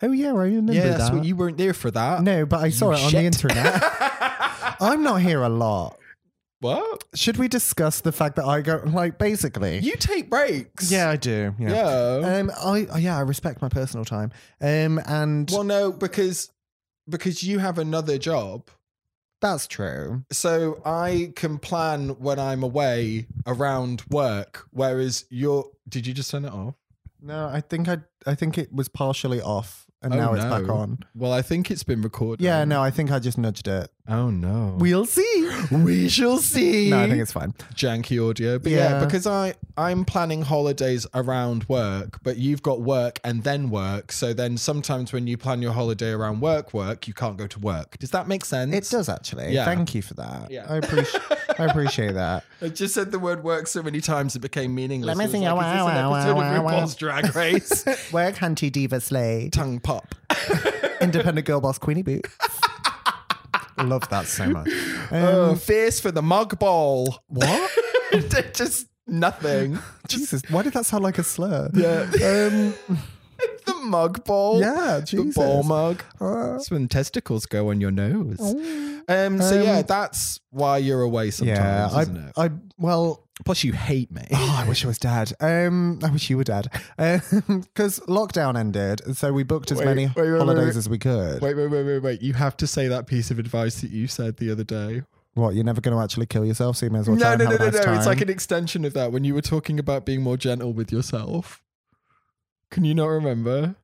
[SPEAKER 2] Oh yeah, I remember
[SPEAKER 3] Yeah, that's
[SPEAKER 2] that.
[SPEAKER 3] what you weren't there for that.
[SPEAKER 2] no, but I saw
[SPEAKER 3] You
[SPEAKER 2] it on the
[SPEAKER 3] shit.
[SPEAKER 2] internet. I'm not here a lot.
[SPEAKER 3] What?
[SPEAKER 2] Should we discuss the fact that I go like basically?
[SPEAKER 3] You take breaks.
[SPEAKER 2] I do.
[SPEAKER 3] Yeah.
[SPEAKER 2] Um, I oh, yeah, I respect my personal time. Um, and
[SPEAKER 3] well, no, because because you have another job.
[SPEAKER 2] that's true.
[SPEAKER 3] So I can plan when I'm away around work, whereas you're. Did you just turn it off?
[SPEAKER 2] No, I think I I think it was partially off, and
[SPEAKER 3] Oh,
[SPEAKER 2] now it's back
[SPEAKER 3] no.
[SPEAKER 2] on.
[SPEAKER 3] Well, I think it's been recorded.
[SPEAKER 2] Yeah, no, I think I just nudged it.
[SPEAKER 3] Oh no.
[SPEAKER 2] We'll see.
[SPEAKER 3] we shall see.
[SPEAKER 2] No, I think it's fine.
[SPEAKER 3] janky audio. But yeah.
[SPEAKER 2] Yeah.
[SPEAKER 3] because I I'm planning holidays around work, but you've got work and then work. So then sometimes when you plan your holiday around work, work, you can't go to work. Does that make sense?
[SPEAKER 2] It does actually.
[SPEAKER 3] Yeah.
[SPEAKER 2] Thank you for that.
[SPEAKER 3] Yeah.
[SPEAKER 2] I appreciate I appreciate that.
[SPEAKER 3] I just said the word work so many times it became meaningless.
[SPEAKER 2] Let me
[SPEAKER 3] It was
[SPEAKER 2] think.
[SPEAKER 3] Like,
[SPEAKER 2] Wow,
[SPEAKER 3] is this an
[SPEAKER 2] wow,
[SPEAKER 3] episode
[SPEAKER 2] wow, wow,
[SPEAKER 3] of
[SPEAKER 2] wow.
[SPEAKER 3] RuPaul's Drag Race?
[SPEAKER 2] Work hunty diva slay.
[SPEAKER 3] Tongue pop.
[SPEAKER 2] Independent girl boss Queenie Boo. Love that so much.
[SPEAKER 3] Oh,
[SPEAKER 2] Um,
[SPEAKER 3] fierce for the mug ball.
[SPEAKER 2] what?
[SPEAKER 3] just nothing.
[SPEAKER 2] Jesus, why did that sound like a slur?
[SPEAKER 3] Yeah. Um, the mug ball.
[SPEAKER 2] Yeah,
[SPEAKER 3] The
[SPEAKER 2] Jesus.
[SPEAKER 3] ball mug.
[SPEAKER 2] Uh,
[SPEAKER 3] That's when testicles go on your nose. Um, so yeah,
[SPEAKER 2] Um,
[SPEAKER 3] that's why you're away sometimes,
[SPEAKER 2] yeah, I,
[SPEAKER 3] isn't it?
[SPEAKER 2] I, well,
[SPEAKER 3] Plus, you hate me.
[SPEAKER 2] oh, I wish I was dad. Um, I wish you were dad. Because lockdown ended, and so we booked as
[SPEAKER 3] Wait,
[SPEAKER 2] many
[SPEAKER 3] wait, wait, wait,
[SPEAKER 2] holidays
[SPEAKER 3] wait.
[SPEAKER 2] as we could.
[SPEAKER 3] wait, wait, wait, wait, wait. You have to say that piece of advice that you said the other day.
[SPEAKER 2] What? You're never going to actually kill yourself, so you may as well.
[SPEAKER 3] No,
[SPEAKER 2] try and
[SPEAKER 3] no, no,
[SPEAKER 2] have
[SPEAKER 3] no,
[SPEAKER 2] a nice
[SPEAKER 3] no. It's
[SPEAKER 2] time.
[SPEAKER 3] like an extension of that when you were talking about being more gentle with yourself. Can you not remember?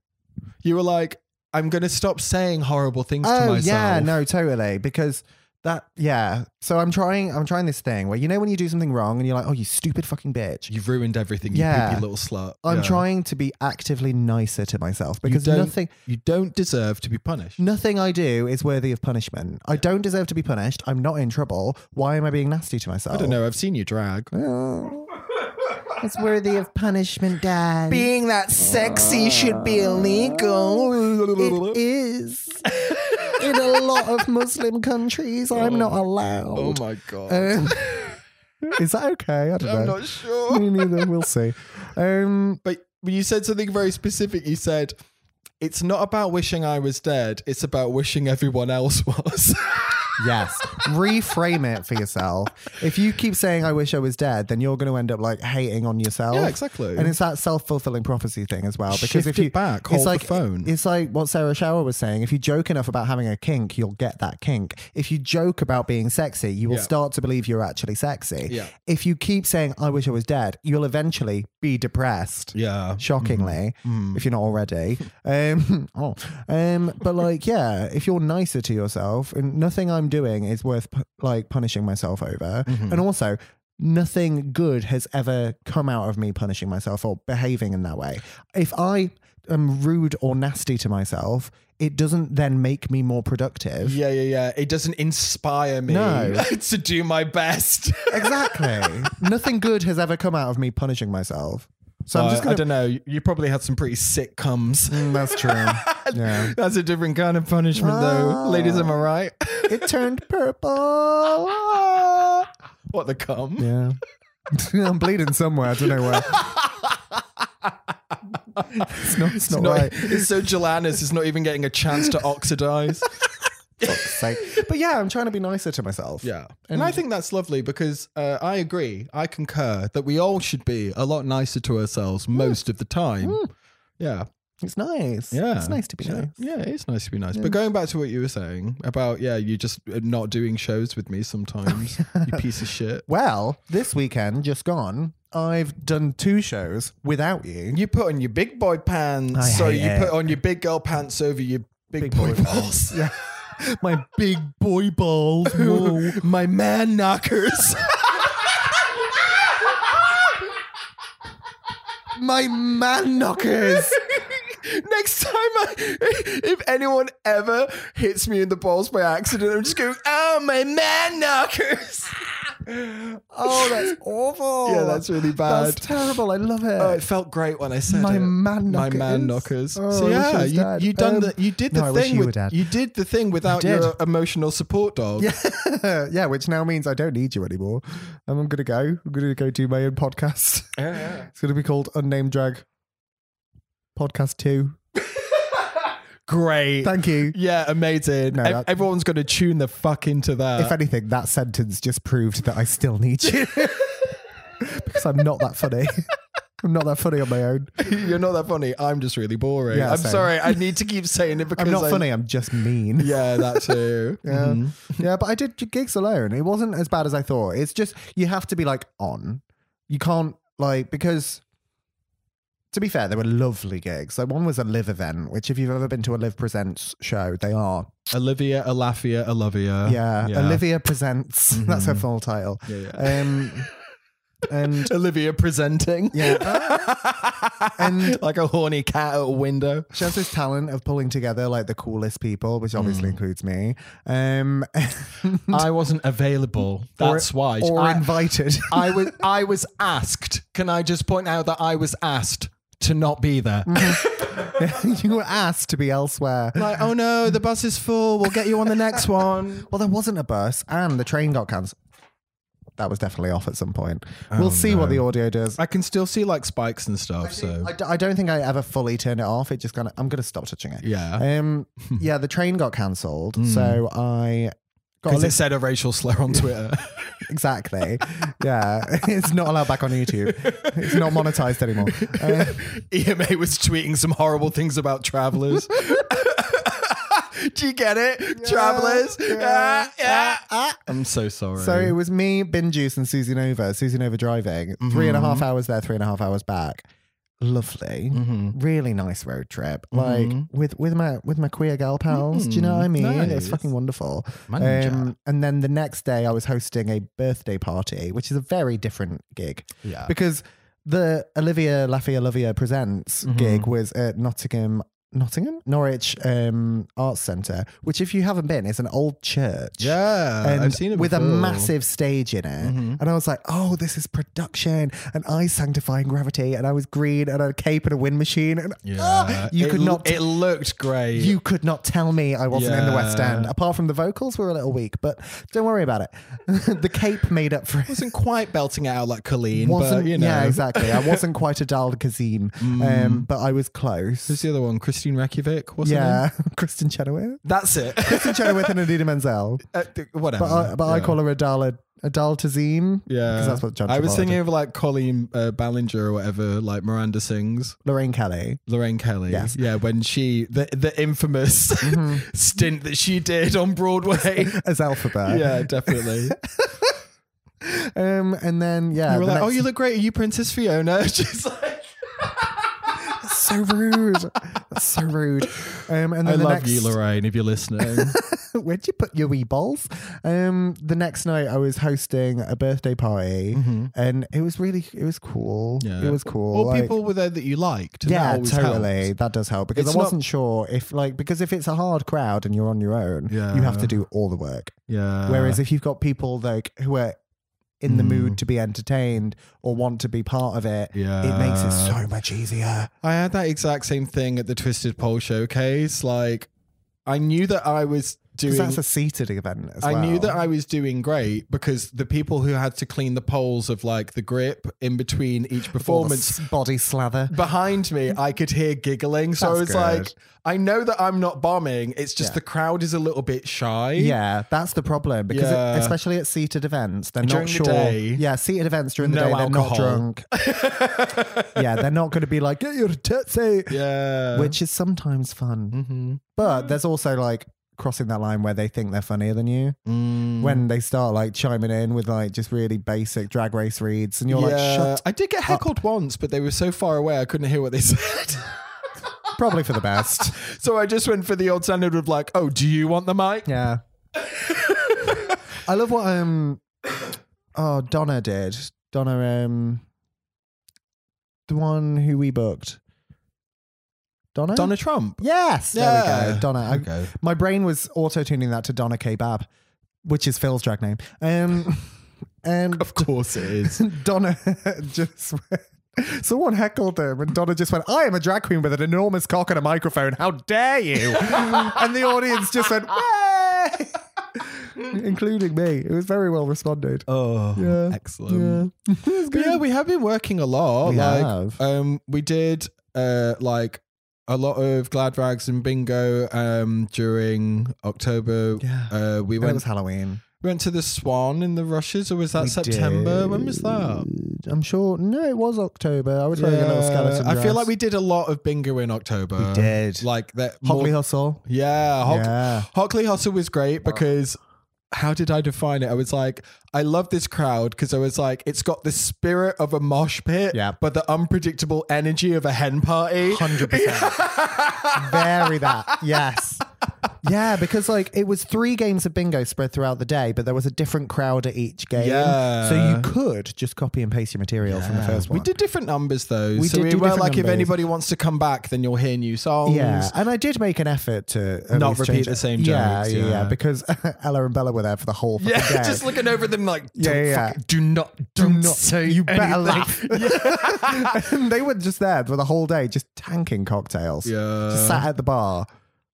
[SPEAKER 3] You were like, I'm going to stop saying horrible things to
[SPEAKER 2] Oh
[SPEAKER 3] myself.
[SPEAKER 2] yeah, no, totally. Because that, yeah. So I'm trying, I'm trying this thing where you know when you do something wrong and you're like, oh, you stupid fucking bitch.
[SPEAKER 3] You've ruined everything,
[SPEAKER 2] Yeah.
[SPEAKER 3] you poopy little slut.
[SPEAKER 2] I'm
[SPEAKER 3] Yeah.
[SPEAKER 2] trying to be actively nicer to myself because
[SPEAKER 3] don't-
[SPEAKER 2] nothing,
[SPEAKER 3] You don't deserve to be punished.
[SPEAKER 2] nothing I do is worthy of punishment. I don't deserve to be punished. I'm not in trouble. Why am I being nasty to myself? Oh,
[SPEAKER 3] I don't know. I've seen you drag.
[SPEAKER 2] know. It's worthy of punishment, Dad.
[SPEAKER 4] Being that sexy should be illegal.
[SPEAKER 2] it is. In a lot of Muslim countries, I'm not allowed.
[SPEAKER 3] Oh my god.
[SPEAKER 2] Um, is that okay? I don't
[SPEAKER 3] I'm
[SPEAKER 2] know.
[SPEAKER 3] not sure.
[SPEAKER 2] Me neither. We'll see. Um,
[SPEAKER 3] But you said something very specific. You said it's not about wishing I was dead. It's about wishing everyone else was.
[SPEAKER 2] yes. Reframe it for yourself. If you keep saying, I wish I was dead, then you're going to end up like hating on yourself.
[SPEAKER 3] Yeah, exactly.
[SPEAKER 2] And it's that self fulfilling prophecy thing as well. Because if
[SPEAKER 3] Shift
[SPEAKER 2] you
[SPEAKER 3] it back,
[SPEAKER 2] it's
[SPEAKER 3] hold the
[SPEAKER 2] like,
[SPEAKER 3] phone.
[SPEAKER 2] It's like what Sarah Shower was saying. If you joke enough about having a kink, you'll get that kink. If you joke about being sexy, you will
[SPEAKER 3] Yeah.
[SPEAKER 2] start to believe you're actually sexy.
[SPEAKER 3] Yeah.
[SPEAKER 2] If you keep saying, I wish I was dead, you'll eventually be depressed
[SPEAKER 3] yeah. Mm-hmm. Hmm.
[SPEAKER 2] shockingly, if you're not already. Um, oh, um, but like, yeah, if you're nicer to yourself, and nothing I'm doing is worth pu- like punishing myself over, and also. Nothing good has ever come out of me punishing myself or behaving in that way. If I am rude or nasty to myself, it doesn't then make me more productive.
[SPEAKER 3] Yeah, yeah, yeah. It doesn't inspire me
[SPEAKER 2] No.
[SPEAKER 3] to do my best.
[SPEAKER 2] Exactly. Nothing good has ever come out of me punishing myself. So I'm
[SPEAKER 3] Uh,
[SPEAKER 2] just
[SPEAKER 3] I
[SPEAKER 2] going
[SPEAKER 3] don't know. You probably had some pretty sick cums.
[SPEAKER 2] mm, That's true. Yeah.
[SPEAKER 3] That's a different kind of punishment, though. Ladies, am I right?
[SPEAKER 2] It turned purple. Ah.
[SPEAKER 3] what the cum?
[SPEAKER 2] Yeah. I'm bleeding somewhere. I don't know where. it's not, it's
[SPEAKER 3] It's,
[SPEAKER 2] not,
[SPEAKER 3] not-
[SPEAKER 2] right.
[SPEAKER 3] it's so gelatinous. It's not even getting a chance to oxidize.
[SPEAKER 2] Fuck's sake. But yeah, I'm trying to be nicer to myself.
[SPEAKER 3] Yeah. And I think that's lovely because uh, I agree, I concur that we all should be a lot nicer to ourselves most of the time. Yeah.
[SPEAKER 2] It's nice.
[SPEAKER 3] Yeah.
[SPEAKER 2] It's nice to be
[SPEAKER 3] Yeah.
[SPEAKER 2] nice.
[SPEAKER 3] Yeah, it's nice to be nice. But going back to what you were saying about, yeah, you just uh, not doing shows with me sometimes,
[SPEAKER 2] Oh,
[SPEAKER 3] you piece of shit.
[SPEAKER 2] Well, this weekend, just gone, I've done two shows without you.
[SPEAKER 3] You put on your big boy pants.
[SPEAKER 2] I
[SPEAKER 3] so
[SPEAKER 2] hate
[SPEAKER 3] you
[SPEAKER 2] it.
[SPEAKER 3] put on your big girl pants over your big,
[SPEAKER 2] Big
[SPEAKER 3] boy,
[SPEAKER 2] boy
[SPEAKER 3] balls.
[SPEAKER 2] Yeah. My big boy balls. Whoa.
[SPEAKER 3] My man knockers.
[SPEAKER 2] My man knockers.
[SPEAKER 3] Next time, I, if anyone ever hits me in the balls by accident, I'm just going, oh, my man knockers.
[SPEAKER 2] Oh, that's awful.
[SPEAKER 3] Yeah, Oh, that's really bad.
[SPEAKER 2] That's terrible. I love it.
[SPEAKER 3] Oh, it felt great when I said
[SPEAKER 2] My
[SPEAKER 3] it.
[SPEAKER 2] man knockers.
[SPEAKER 3] My man knockers.
[SPEAKER 2] Oh,
[SPEAKER 3] so
[SPEAKER 2] I wish I
[SPEAKER 3] yeah,
[SPEAKER 2] was
[SPEAKER 3] you,
[SPEAKER 2] dead.
[SPEAKER 3] you done
[SPEAKER 2] Um,
[SPEAKER 3] the you did the
[SPEAKER 2] no, I
[SPEAKER 3] thing.
[SPEAKER 2] wish you
[SPEAKER 3] with-
[SPEAKER 2] were dead.
[SPEAKER 3] You did the thing without
[SPEAKER 2] did.
[SPEAKER 3] your emotional support dog. Yeah.
[SPEAKER 2] Yeah, yeah, which now means I don't need you anymore. And I'm gonna go. I'm gonna go do my own podcast. It's gonna be called Unnamed Drag Podcast Two.
[SPEAKER 3] Great.
[SPEAKER 2] Thank you.
[SPEAKER 3] yeah, amazing.
[SPEAKER 2] No,
[SPEAKER 3] Ev-
[SPEAKER 2] that-
[SPEAKER 3] Everyone's going to tune the fuck into that.
[SPEAKER 2] If anything, that sentence just proved that I still need you because I'm not that funny. I'm not that funny on my own.
[SPEAKER 3] You're not that funny. I'm just really boring.
[SPEAKER 2] Yeah,
[SPEAKER 3] I'm
[SPEAKER 2] same.
[SPEAKER 3] sorry. I need to keep saying it because
[SPEAKER 2] I'm not
[SPEAKER 3] I-
[SPEAKER 2] funny. I'm just mean.
[SPEAKER 3] Yeah, that too. Mm-hmm.
[SPEAKER 2] Yeah. Yeah, but I did g- gigs alone. It wasn't as bad as I thought. It's just you have to be like on. You can't like because to be fair, they were lovely gigs. Like one was a live event, which if you've ever been to a live presents show, they are.
[SPEAKER 3] Olivia, Alafia, Olivia.
[SPEAKER 2] yeah. Olivia Presents. That's her full title.
[SPEAKER 3] Mm-hmm. Yeah,
[SPEAKER 2] Um
[SPEAKER 3] yeah.
[SPEAKER 2] and
[SPEAKER 3] Olivia presenting.
[SPEAKER 2] yeah. and
[SPEAKER 3] like a horny cat out a window.
[SPEAKER 2] she has this talent of pulling together like the coolest people, which
[SPEAKER 3] Mm.
[SPEAKER 2] obviously includes me. Um
[SPEAKER 3] I wasn't available. That's why.
[SPEAKER 2] or
[SPEAKER 3] I,
[SPEAKER 2] invited.
[SPEAKER 3] I was I was asked. Can I just point out that I was asked to not be there?
[SPEAKER 2] you were asked to be elsewhere.
[SPEAKER 3] Like, oh no, the bus is full. We'll get you on the next one.
[SPEAKER 2] Well, there wasn't a bus, and the train got cancelled. That was definitely off at some point. we'll see what the audio does. I,
[SPEAKER 3] Oh, I can still see like spikes and stuff. So
[SPEAKER 2] d- I don't think I ever fully turned it off. It just kind of. I'm going to stop touching it.
[SPEAKER 3] yeah.
[SPEAKER 2] Um. yeah, the train got cancelled, so I got a
[SPEAKER 3] Because it
[SPEAKER 2] list
[SPEAKER 3] said a racial slur on Twitter.
[SPEAKER 2] exactly. yeah, it's not allowed back on YouTube. It's not monetized anymore. Uh,
[SPEAKER 3] EMA E was tweeting some horrible things about travelers. Do you get it? travelers. Ah, yeah. I'm so sorry.
[SPEAKER 2] So it was me, Bin Juice, and Susie Nova. Susie Nova driving.
[SPEAKER 3] Mm-hmm.
[SPEAKER 2] Three and a half hours there, three and a half hours back. Lovely,
[SPEAKER 3] Mm-hmm.
[SPEAKER 2] really nice road trip. Like with with my with my queer girl pals. Do you know what I mean? It was
[SPEAKER 3] Mm, Nice.
[SPEAKER 2] fucking wonderful. Um,
[SPEAKER 3] Manja.
[SPEAKER 2] and then the next day, I was hosting a birthday party, which is a very different gig.
[SPEAKER 3] Yeah. Mm-hmm.
[SPEAKER 2] because the Olivia Laffey Olivia presents gig was at Nottingham Nottingham, Norwich um, Arts Centre, which, if you haven't been, is an old church.
[SPEAKER 3] Yeah,
[SPEAKER 2] and
[SPEAKER 3] Uh, I've seen it
[SPEAKER 2] with a
[SPEAKER 3] before. Mm-hmm.
[SPEAKER 2] massive stage in it. And I was like, oh, this is production, and I sanctifying gravity, and I was green, and I had a cape and a wind machine, and
[SPEAKER 3] Yeah,
[SPEAKER 2] ah, you
[SPEAKER 3] It
[SPEAKER 2] could
[SPEAKER 3] l-
[SPEAKER 2] not.
[SPEAKER 3] it looked great.
[SPEAKER 2] you could not tell me I wasn't in the West
[SPEAKER 3] Yeah.
[SPEAKER 2] End. Apart from the vocals were a little weak, but don't worry about it. the cape made up for it.
[SPEAKER 3] wasn't quite belting it out like Colleen,
[SPEAKER 2] Wasn't,
[SPEAKER 3] but you know. Mm.
[SPEAKER 2] Yeah, exactly. I wasn't quite a Dal Kazim, um, but I was close.
[SPEAKER 3] Who's the other one? Christine Reykjavik, wasn't
[SPEAKER 2] yeah, Kristen Chenoweth.
[SPEAKER 3] That's it.
[SPEAKER 2] Kristen Chenoweth and Adina Menzel.
[SPEAKER 3] Uh, th- whatever.
[SPEAKER 2] But, I, but I call her Adala Adal Tazim.
[SPEAKER 3] Yeah.
[SPEAKER 2] Because that's what John
[SPEAKER 3] I was
[SPEAKER 2] Travolta
[SPEAKER 3] thinking
[SPEAKER 2] did.
[SPEAKER 3] of like Colleen uh, Ballinger or whatever, like Miranda sings.
[SPEAKER 2] Lorraine Kelly.
[SPEAKER 3] Lorraine Kelly.
[SPEAKER 2] Yes.
[SPEAKER 3] Yeah, when she the the infamous
[SPEAKER 2] Mm-hmm.
[SPEAKER 3] stint that she did on Broadway.
[SPEAKER 2] As Alphabet.
[SPEAKER 3] yeah, definitely.
[SPEAKER 2] Um, and then, yeah.
[SPEAKER 3] you were
[SPEAKER 2] Uh, the
[SPEAKER 3] like, "Oh,
[SPEAKER 2] next-
[SPEAKER 3] you look great. Are you Princess Fiona?" She's like,
[SPEAKER 2] so rude. That's so rude. Um, and then
[SPEAKER 3] "I
[SPEAKER 2] the
[SPEAKER 3] love
[SPEAKER 2] next,
[SPEAKER 3] you, Lorraine. If you're listening,
[SPEAKER 2] Where'd you put your wee balls? Um, the next night, I was hosting a birthday party,
[SPEAKER 3] Mm-hmm.
[SPEAKER 2] and it was really, it was cool. It was cool.
[SPEAKER 3] Or
[SPEAKER 2] like-
[SPEAKER 3] people were there that you liked. and that
[SPEAKER 2] Yeah,
[SPEAKER 3] always
[SPEAKER 2] totally.
[SPEAKER 3] helps.
[SPEAKER 2] That does help because
[SPEAKER 3] It's
[SPEAKER 2] I
[SPEAKER 3] not-
[SPEAKER 2] wasn't sure if like because if it's a hard crowd and you're on your own,
[SPEAKER 3] Yeah. Uh-huh.
[SPEAKER 2] you have to do all the work.
[SPEAKER 3] Yeah.
[SPEAKER 2] Whereas if you've got people like who are in the
[SPEAKER 3] Mm.
[SPEAKER 2] mood to be entertained or want to be part of it,
[SPEAKER 3] Yeah.
[SPEAKER 2] it makes it so much easier.
[SPEAKER 3] I had that exact same thing at the Twisted Pole showcase. Like, I knew that I was doing.
[SPEAKER 2] Because that's a seated event as well.
[SPEAKER 3] I knew that I was doing great because the people who had to clean the poles of like the grip in between each
[SPEAKER 2] All the
[SPEAKER 3] performance
[SPEAKER 2] s- body slather.
[SPEAKER 3] behind me, I could hear giggling. So
[SPEAKER 2] That's
[SPEAKER 3] I
[SPEAKER 2] good.
[SPEAKER 3] was like, I know that I'm not bombing. It's just
[SPEAKER 2] Yeah.
[SPEAKER 3] the crowd is a little bit shy.
[SPEAKER 2] Yeah, that's the problem because it-
[SPEAKER 3] Yeah.
[SPEAKER 2] especially at seated events, they're not
[SPEAKER 3] During the
[SPEAKER 2] sure.
[SPEAKER 3] day.
[SPEAKER 2] yeah, seated events during the
[SPEAKER 3] No
[SPEAKER 2] day,
[SPEAKER 3] alcohol.
[SPEAKER 2] they're not drunk. yeah, they're not going to be like get your tits out.
[SPEAKER 3] Yeah.
[SPEAKER 2] which is sometimes fun.
[SPEAKER 3] Mhm.
[SPEAKER 2] But there's also like crossing that line where they think they're funnier than you Mm.
[SPEAKER 3] Mm.
[SPEAKER 2] when they start like chiming in with like just really basic drag race reads, and you're like, shut.
[SPEAKER 3] I did get heckled once, but they were so far away I couldn't hear what they said.
[SPEAKER 2] Probably for the best.
[SPEAKER 3] so I just went for the old standard of like, oh, do you want the mic?
[SPEAKER 2] yeah. I love what um oh Donna did Donna um the one who we booked Donna
[SPEAKER 3] Donald Trump.
[SPEAKER 2] yes there we
[SPEAKER 3] Yeah.
[SPEAKER 2] go Donna I,
[SPEAKER 3] Okay.
[SPEAKER 2] My brain was auto tuning that to Donna Kebab, which is Phil's drag name. Um, and
[SPEAKER 3] Of course it is.
[SPEAKER 2] Donna just went, someone heckled him, and Donna just went, "I am a drag queen with an enormous cock and a microphone. How dare you!" and the audience just went, "Yay!" including me. It was very well responded.
[SPEAKER 3] Oh,
[SPEAKER 2] Yeah. Um,
[SPEAKER 3] excellent. Yeah. we have been working a lot.
[SPEAKER 2] We
[SPEAKER 3] like,
[SPEAKER 2] have.
[SPEAKER 3] um, we did uh, like a lot of glad rags and bingo um during October.
[SPEAKER 2] Yeah.
[SPEAKER 3] Uh, we
[SPEAKER 2] And it
[SPEAKER 3] went
[SPEAKER 2] was Halloween.
[SPEAKER 3] went to the Swan in the Rushes, or was that
[SPEAKER 2] We
[SPEAKER 3] September? When was that?
[SPEAKER 2] I'm sure. No, it was October. I was wearing a little
[SPEAKER 3] Yeah.
[SPEAKER 2] skeleton.
[SPEAKER 3] I feel
[SPEAKER 2] dress.
[SPEAKER 3] like we did a lot of bingo in October.
[SPEAKER 2] We did.
[SPEAKER 3] Like that.
[SPEAKER 2] Hockley
[SPEAKER 3] more-
[SPEAKER 2] Hustle.
[SPEAKER 3] yeah, Hock-
[SPEAKER 2] Yeah.
[SPEAKER 3] Hockley Hustle was great because how did I define it? I was like, I love this crowd because I was like, it's got the spirit of a mosh pit,
[SPEAKER 2] Yeah.
[SPEAKER 3] but the unpredictable energy of a hen party.
[SPEAKER 2] Hundred percent. Very that. Yes. Yeah, because like it was three games of bingo spread throughout the day, but there was a different crowd at each game.
[SPEAKER 3] Yeah.
[SPEAKER 2] So you could just copy and paste your material from the first one.
[SPEAKER 3] We did different numbers though.
[SPEAKER 2] We
[SPEAKER 3] so
[SPEAKER 2] did
[SPEAKER 3] we
[SPEAKER 2] do
[SPEAKER 3] were
[SPEAKER 2] different
[SPEAKER 3] like, if
[SPEAKER 2] numbers.
[SPEAKER 3] anybody wants to come back, then you'll hear new songs.
[SPEAKER 2] Yeah, and I did make an effort to at
[SPEAKER 3] Not
[SPEAKER 2] least
[SPEAKER 3] repeat
[SPEAKER 2] change
[SPEAKER 3] the
[SPEAKER 2] it.
[SPEAKER 3] same
[SPEAKER 2] Yeah,
[SPEAKER 3] jokes,
[SPEAKER 2] yeah,
[SPEAKER 3] yeah.
[SPEAKER 2] yeah, because Ella and Bella were there for the whole fucking
[SPEAKER 3] Yeah,
[SPEAKER 2] day.
[SPEAKER 3] just looking over them like,
[SPEAKER 2] Yeah,
[SPEAKER 3] "Don't
[SPEAKER 2] yeah,
[SPEAKER 3] fucking-
[SPEAKER 2] yeah.
[SPEAKER 3] do not,
[SPEAKER 2] Do
[SPEAKER 3] don't
[SPEAKER 2] not-
[SPEAKER 3] say
[SPEAKER 2] you better
[SPEAKER 3] anything."
[SPEAKER 2] laugh. and they were just there for the whole day, just tanking cocktails.
[SPEAKER 3] Yeah.
[SPEAKER 2] just sat at the bar,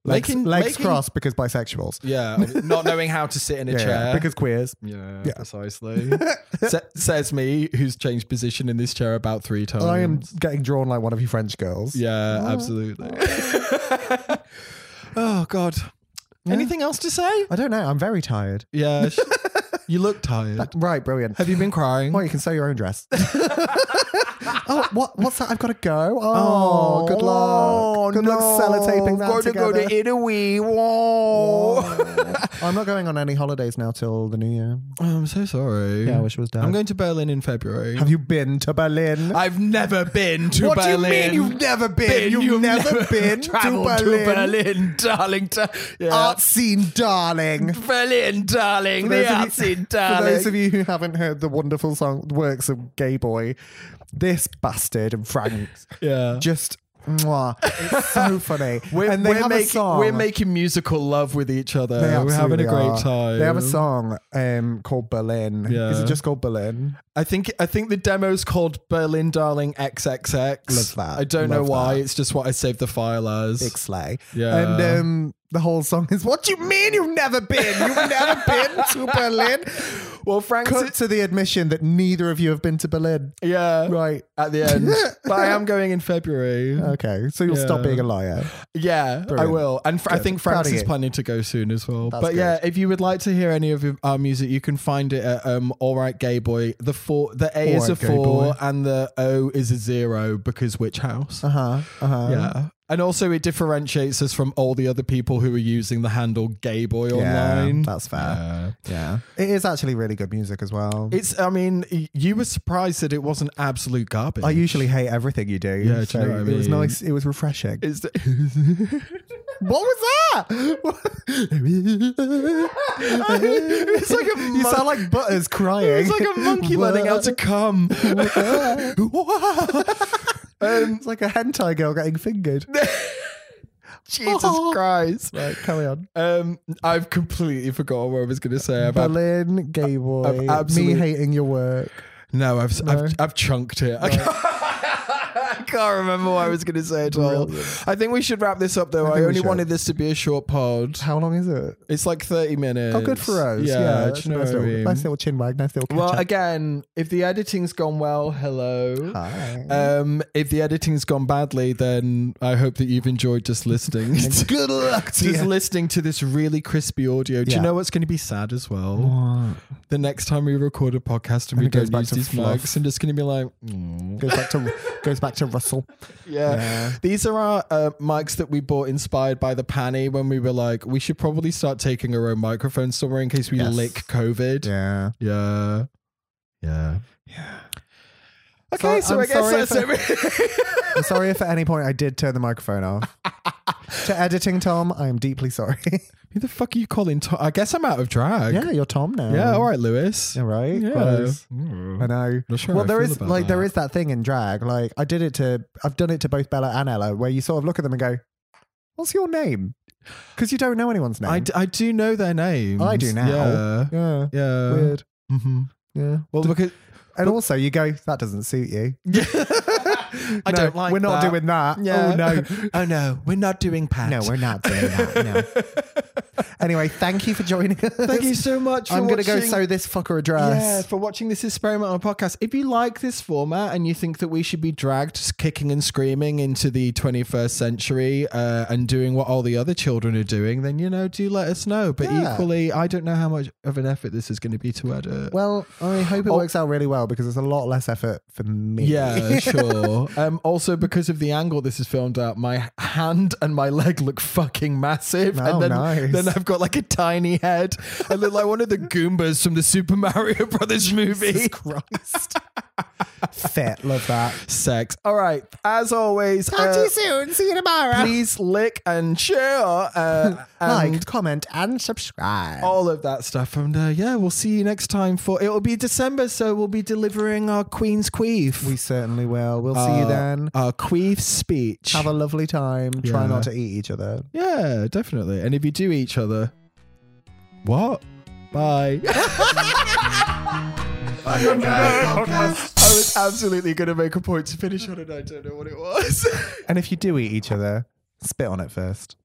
[SPEAKER 2] legs,
[SPEAKER 3] Making-
[SPEAKER 2] legs
[SPEAKER 3] making-
[SPEAKER 2] crossed because bisexuals.
[SPEAKER 3] Yeah, not knowing how to sit in a
[SPEAKER 2] Yeah,
[SPEAKER 3] chair
[SPEAKER 2] because queers.
[SPEAKER 3] Yeah, precisely. Sa- says me, who's changed position in this chair about three times.
[SPEAKER 2] I am getting drawn like one of you French girls.
[SPEAKER 3] Yeah, absolutely. oh God. Anything else to say?
[SPEAKER 2] I don't know. I'm very tired.
[SPEAKER 3] Yeah. sh- you look tired.
[SPEAKER 2] Right, brilliant.
[SPEAKER 3] Have you been crying?
[SPEAKER 2] Well, you can sew your own dress. oh, what? What's that? I've got to go. Oh, good luck. Good luck sellotaping that
[SPEAKER 3] Got to
[SPEAKER 2] together. Oh,
[SPEAKER 3] go to Italy. Whoa.
[SPEAKER 2] I'm not going on any holidays now till the new year.
[SPEAKER 3] I'm so sorry.
[SPEAKER 2] Yeah, I wish it was done.
[SPEAKER 3] Mm. I'm going to Berlin in February.
[SPEAKER 2] Have you been to Berlin?
[SPEAKER 3] I've never been to
[SPEAKER 2] what
[SPEAKER 3] Berlin.
[SPEAKER 2] do you mean you've never been? you've, never, been to
[SPEAKER 3] traveled
[SPEAKER 2] Berlin.
[SPEAKER 3] Berlin, darling. dar- yeah.
[SPEAKER 2] Art scene, darling.
[SPEAKER 3] Berlin, darling.
[SPEAKER 2] those
[SPEAKER 3] The
[SPEAKER 2] of you-
[SPEAKER 3] art scene,
[SPEAKER 2] For
[SPEAKER 3] darling.
[SPEAKER 2] those of you who haven't heard the wonderful song works of Gay Boy, this bastard and Frank
[SPEAKER 3] Yeah.
[SPEAKER 2] just Mwah. It's so funny.
[SPEAKER 3] We're,
[SPEAKER 2] and they
[SPEAKER 3] we're
[SPEAKER 2] have
[SPEAKER 3] making,
[SPEAKER 2] a song.
[SPEAKER 3] we're making musical love with each other.
[SPEAKER 2] They
[SPEAKER 3] We're having
[SPEAKER 2] absolutely
[SPEAKER 3] a great
[SPEAKER 2] are.
[SPEAKER 3] time.
[SPEAKER 2] They have a song um, called Berlin.
[SPEAKER 3] Yeah.
[SPEAKER 2] Is it just called Berlin?
[SPEAKER 3] I think I think the demo's called Berlin Darling XXX.
[SPEAKER 2] Love that.
[SPEAKER 3] I don't know
[SPEAKER 2] Love
[SPEAKER 3] why.
[SPEAKER 2] that.
[SPEAKER 3] It's just what I saved the file as.
[SPEAKER 2] Big Slay.
[SPEAKER 3] Yeah.
[SPEAKER 2] And um, the whole song is, What do you mean you've never been? You've never been to Berlin?
[SPEAKER 3] well, Frank.
[SPEAKER 2] Cut to the admission that neither of you have been to Berlin.
[SPEAKER 3] yeah.
[SPEAKER 2] Right.
[SPEAKER 3] At the end, but I am going in February.
[SPEAKER 2] Okay. So you'll stop
[SPEAKER 3] Yeah.
[SPEAKER 2] being a liar.
[SPEAKER 3] Yeah, I
[SPEAKER 2] Brilliant.
[SPEAKER 3] will. And fr- I
[SPEAKER 2] Good.
[SPEAKER 3] think
[SPEAKER 2] Proud of
[SPEAKER 3] Frank's is
[SPEAKER 2] you.
[SPEAKER 3] planning to go soon as well.
[SPEAKER 2] That's
[SPEAKER 3] but yeah,
[SPEAKER 2] good.
[SPEAKER 3] if you would like to hear any of our music, you can find it at um, All Right Gay Boy. The four, the A
[SPEAKER 2] All
[SPEAKER 3] is a
[SPEAKER 2] Right Gay
[SPEAKER 3] four
[SPEAKER 2] Boy.
[SPEAKER 3] and the O is a zero because which house?
[SPEAKER 2] Uh huh. Uh huh.
[SPEAKER 3] yeah. And also, it differentiates us from all the other people who are using the handle Gay Boy
[SPEAKER 2] Yeah,
[SPEAKER 3] online.
[SPEAKER 2] that's fair.
[SPEAKER 3] Yeah.
[SPEAKER 2] Yeah. It is actually really good music as well.
[SPEAKER 3] Uh, It's, I mean, y- you were surprised that it wasn't absolute garbage.
[SPEAKER 2] I usually hate everything you do.
[SPEAKER 3] Yeah, do you
[SPEAKER 2] so
[SPEAKER 3] know what I
[SPEAKER 2] it was
[SPEAKER 3] mean?
[SPEAKER 2] nice. It was refreshing.
[SPEAKER 3] It's the-
[SPEAKER 2] what was that?
[SPEAKER 3] It's like a
[SPEAKER 2] you sound like Butters crying.
[SPEAKER 3] it's like a monkey learning how to come.
[SPEAKER 2] Um, it's like a hentai girl getting fingered.
[SPEAKER 3] Jesus Christ.
[SPEAKER 2] right, carry on.
[SPEAKER 3] Um, I've completely forgotten what I was going to say about.
[SPEAKER 2] Berlin, gay boy.
[SPEAKER 3] I've absolute-
[SPEAKER 2] Me hating your work.
[SPEAKER 3] No, I've, I've I've chunked it. I, can't, I can't remember what I was going to say at all. I think we should wrap this up though.
[SPEAKER 2] think
[SPEAKER 3] I,
[SPEAKER 2] we
[SPEAKER 3] only
[SPEAKER 2] should.
[SPEAKER 3] wanted this to be a short pod.
[SPEAKER 2] How long is it?
[SPEAKER 3] It's like thirty minutes.
[SPEAKER 2] Oh, good for us. Yeah,
[SPEAKER 3] do
[SPEAKER 2] that's
[SPEAKER 3] you know
[SPEAKER 2] nice,
[SPEAKER 3] what I
[SPEAKER 2] little,
[SPEAKER 3] mean?
[SPEAKER 2] nice little chin wag, nice little catch
[SPEAKER 3] Well,
[SPEAKER 2] up.
[SPEAKER 3] again, if the editing's gone well, hello.
[SPEAKER 2] Hi.
[SPEAKER 3] Um, if the editing's gone badly, then I hope that you've enjoyed just listening. just
[SPEAKER 2] Good luck to you.
[SPEAKER 3] listening to this really crispy audio. Do
[SPEAKER 2] Yeah.
[SPEAKER 3] you know what's going to be sad as well? The next time we record a podcast
[SPEAKER 2] And
[SPEAKER 3] and we
[SPEAKER 2] it goes
[SPEAKER 3] don't
[SPEAKER 2] back
[SPEAKER 3] use
[SPEAKER 2] to
[SPEAKER 3] these
[SPEAKER 2] fluff.
[SPEAKER 3] mics, I'm just going to be like, "Mm."
[SPEAKER 2] Goes back to goes back to Russell.
[SPEAKER 3] yeah. These are our uh, mics that we bought inspired by the panny when we were like, we should probably start taking our own microphones somewhere in case we
[SPEAKER 2] Yes.
[SPEAKER 3] lick COVID.
[SPEAKER 2] Yeah.
[SPEAKER 3] Yeah. Yeah.
[SPEAKER 2] Okay,
[SPEAKER 3] Okay, so,
[SPEAKER 2] I'm
[SPEAKER 3] I guess
[SPEAKER 2] sorry
[SPEAKER 3] that's it.
[SPEAKER 2] I'm sorry if at any point I did turn the microphone off. to editing Tom, I am deeply sorry.
[SPEAKER 3] Who the fuck are you calling? Tom? I guess I'm out of drag.
[SPEAKER 2] yeah, you're Tom now.
[SPEAKER 3] Yeah. All right, Lewis.
[SPEAKER 2] All right.
[SPEAKER 3] Yeah.
[SPEAKER 2] Gross. I
[SPEAKER 3] Mm.
[SPEAKER 2] know.
[SPEAKER 3] Not sure
[SPEAKER 2] well,
[SPEAKER 3] how I
[SPEAKER 2] there
[SPEAKER 3] feel
[SPEAKER 2] is
[SPEAKER 3] about
[SPEAKER 2] like there
[SPEAKER 3] that.
[SPEAKER 2] is that thing in drag. Like I did it to I've done it to both Bella and Ella, where you sort of look at them and go, "What's your name?" Because you don't know anyone's name.
[SPEAKER 3] I, d- I do know their names.
[SPEAKER 2] I do now.
[SPEAKER 3] Yeah.
[SPEAKER 2] yeah.
[SPEAKER 3] Yeah.
[SPEAKER 2] Weird.
[SPEAKER 3] hmm
[SPEAKER 2] Yeah.
[SPEAKER 3] Well, because
[SPEAKER 2] And also, you go, "That doesn't suit you."
[SPEAKER 3] I
[SPEAKER 2] No,
[SPEAKER 3] don't like.
[SPEAKER 2] We're not
[SPEAKER 3] that.
[SPEAKER 2] doing that. Oh no.
[SPEAKER 3] oh no. We're not doing Pat.
[SPEAKER 2] No, we're not doing that. No. anyway, thank you for joining us.
[SPEAKER 3] Thank you so much. For
[SPEAKER 2] I'm gonna go
[SPEAKER 3] watching-
[SPEAKER 2] sew this fucker a
[SPEAKER 3] Yeah,
[SPEAKER 2] dress.
[SPEAKER 3] for watching this experimental podcast. If you like this format and you think that we should be dragged kicking and screaming into the 21st century uh, and doing what all the other children are doing, then you know, do let us know. But
[SPEAKER 2] Yeah.
[SPEAKER 3] equally, I don't know how much of an effort this is going to be to edit.
[SPEAKER 2] Well, I hope it
[SPEAKER 3] Oh.
[SPEAKER 2] works out really well because it's a lot less effort for me.
[SPEAKER 3] yeah, sure. Um, also, because of the angle this is filmed at, my hand and my leg look fucking massive,
[SPEAKER 2] Oh,
[SPEAKER 3] and then
[SPEAKER 2] nice.
[SPEAKER 3] then I've got like a tiny head. I look like one of the Goombas from the Super Mario Brothers movie.
[SPEAKER 2] Jesus Christ. Fit. Love that.
[SPEAKER 3] sex. All right. As always,
[SPEAKER 2] Talk to
[SPEAKER 3] uh,
[SPEAKER 2] you soon. See you tomorrow.
[SPEAKER 3] please lick and share uh, and
[SPEAKER 2] like, comment, and Oh. subscribe.
[SPEAKER 3] all of that stuff. And uh, yeah, we'll see you next time for it'll be December, so we'll be delivering our Queen's Queef.
[SPEAKER 2] We certainly will. We'll see
[SPEAKER 3] Uh,
[SPEAKER 2] you then.
[SPEAKER 3] Our Queef speech.
[SPEAKER 2] Have a lovely time.
[SPEAKER 3] Yeah.
[SPEAKER 2] Try not to eat each other.
[SPEAKER 3] yeah, definitely. And if you do each other, what? Bye. I was absolutely going to make a point to finish on, and I don't know what it was.
[SPEAKER 2] And if you do eat each other, spit on it first.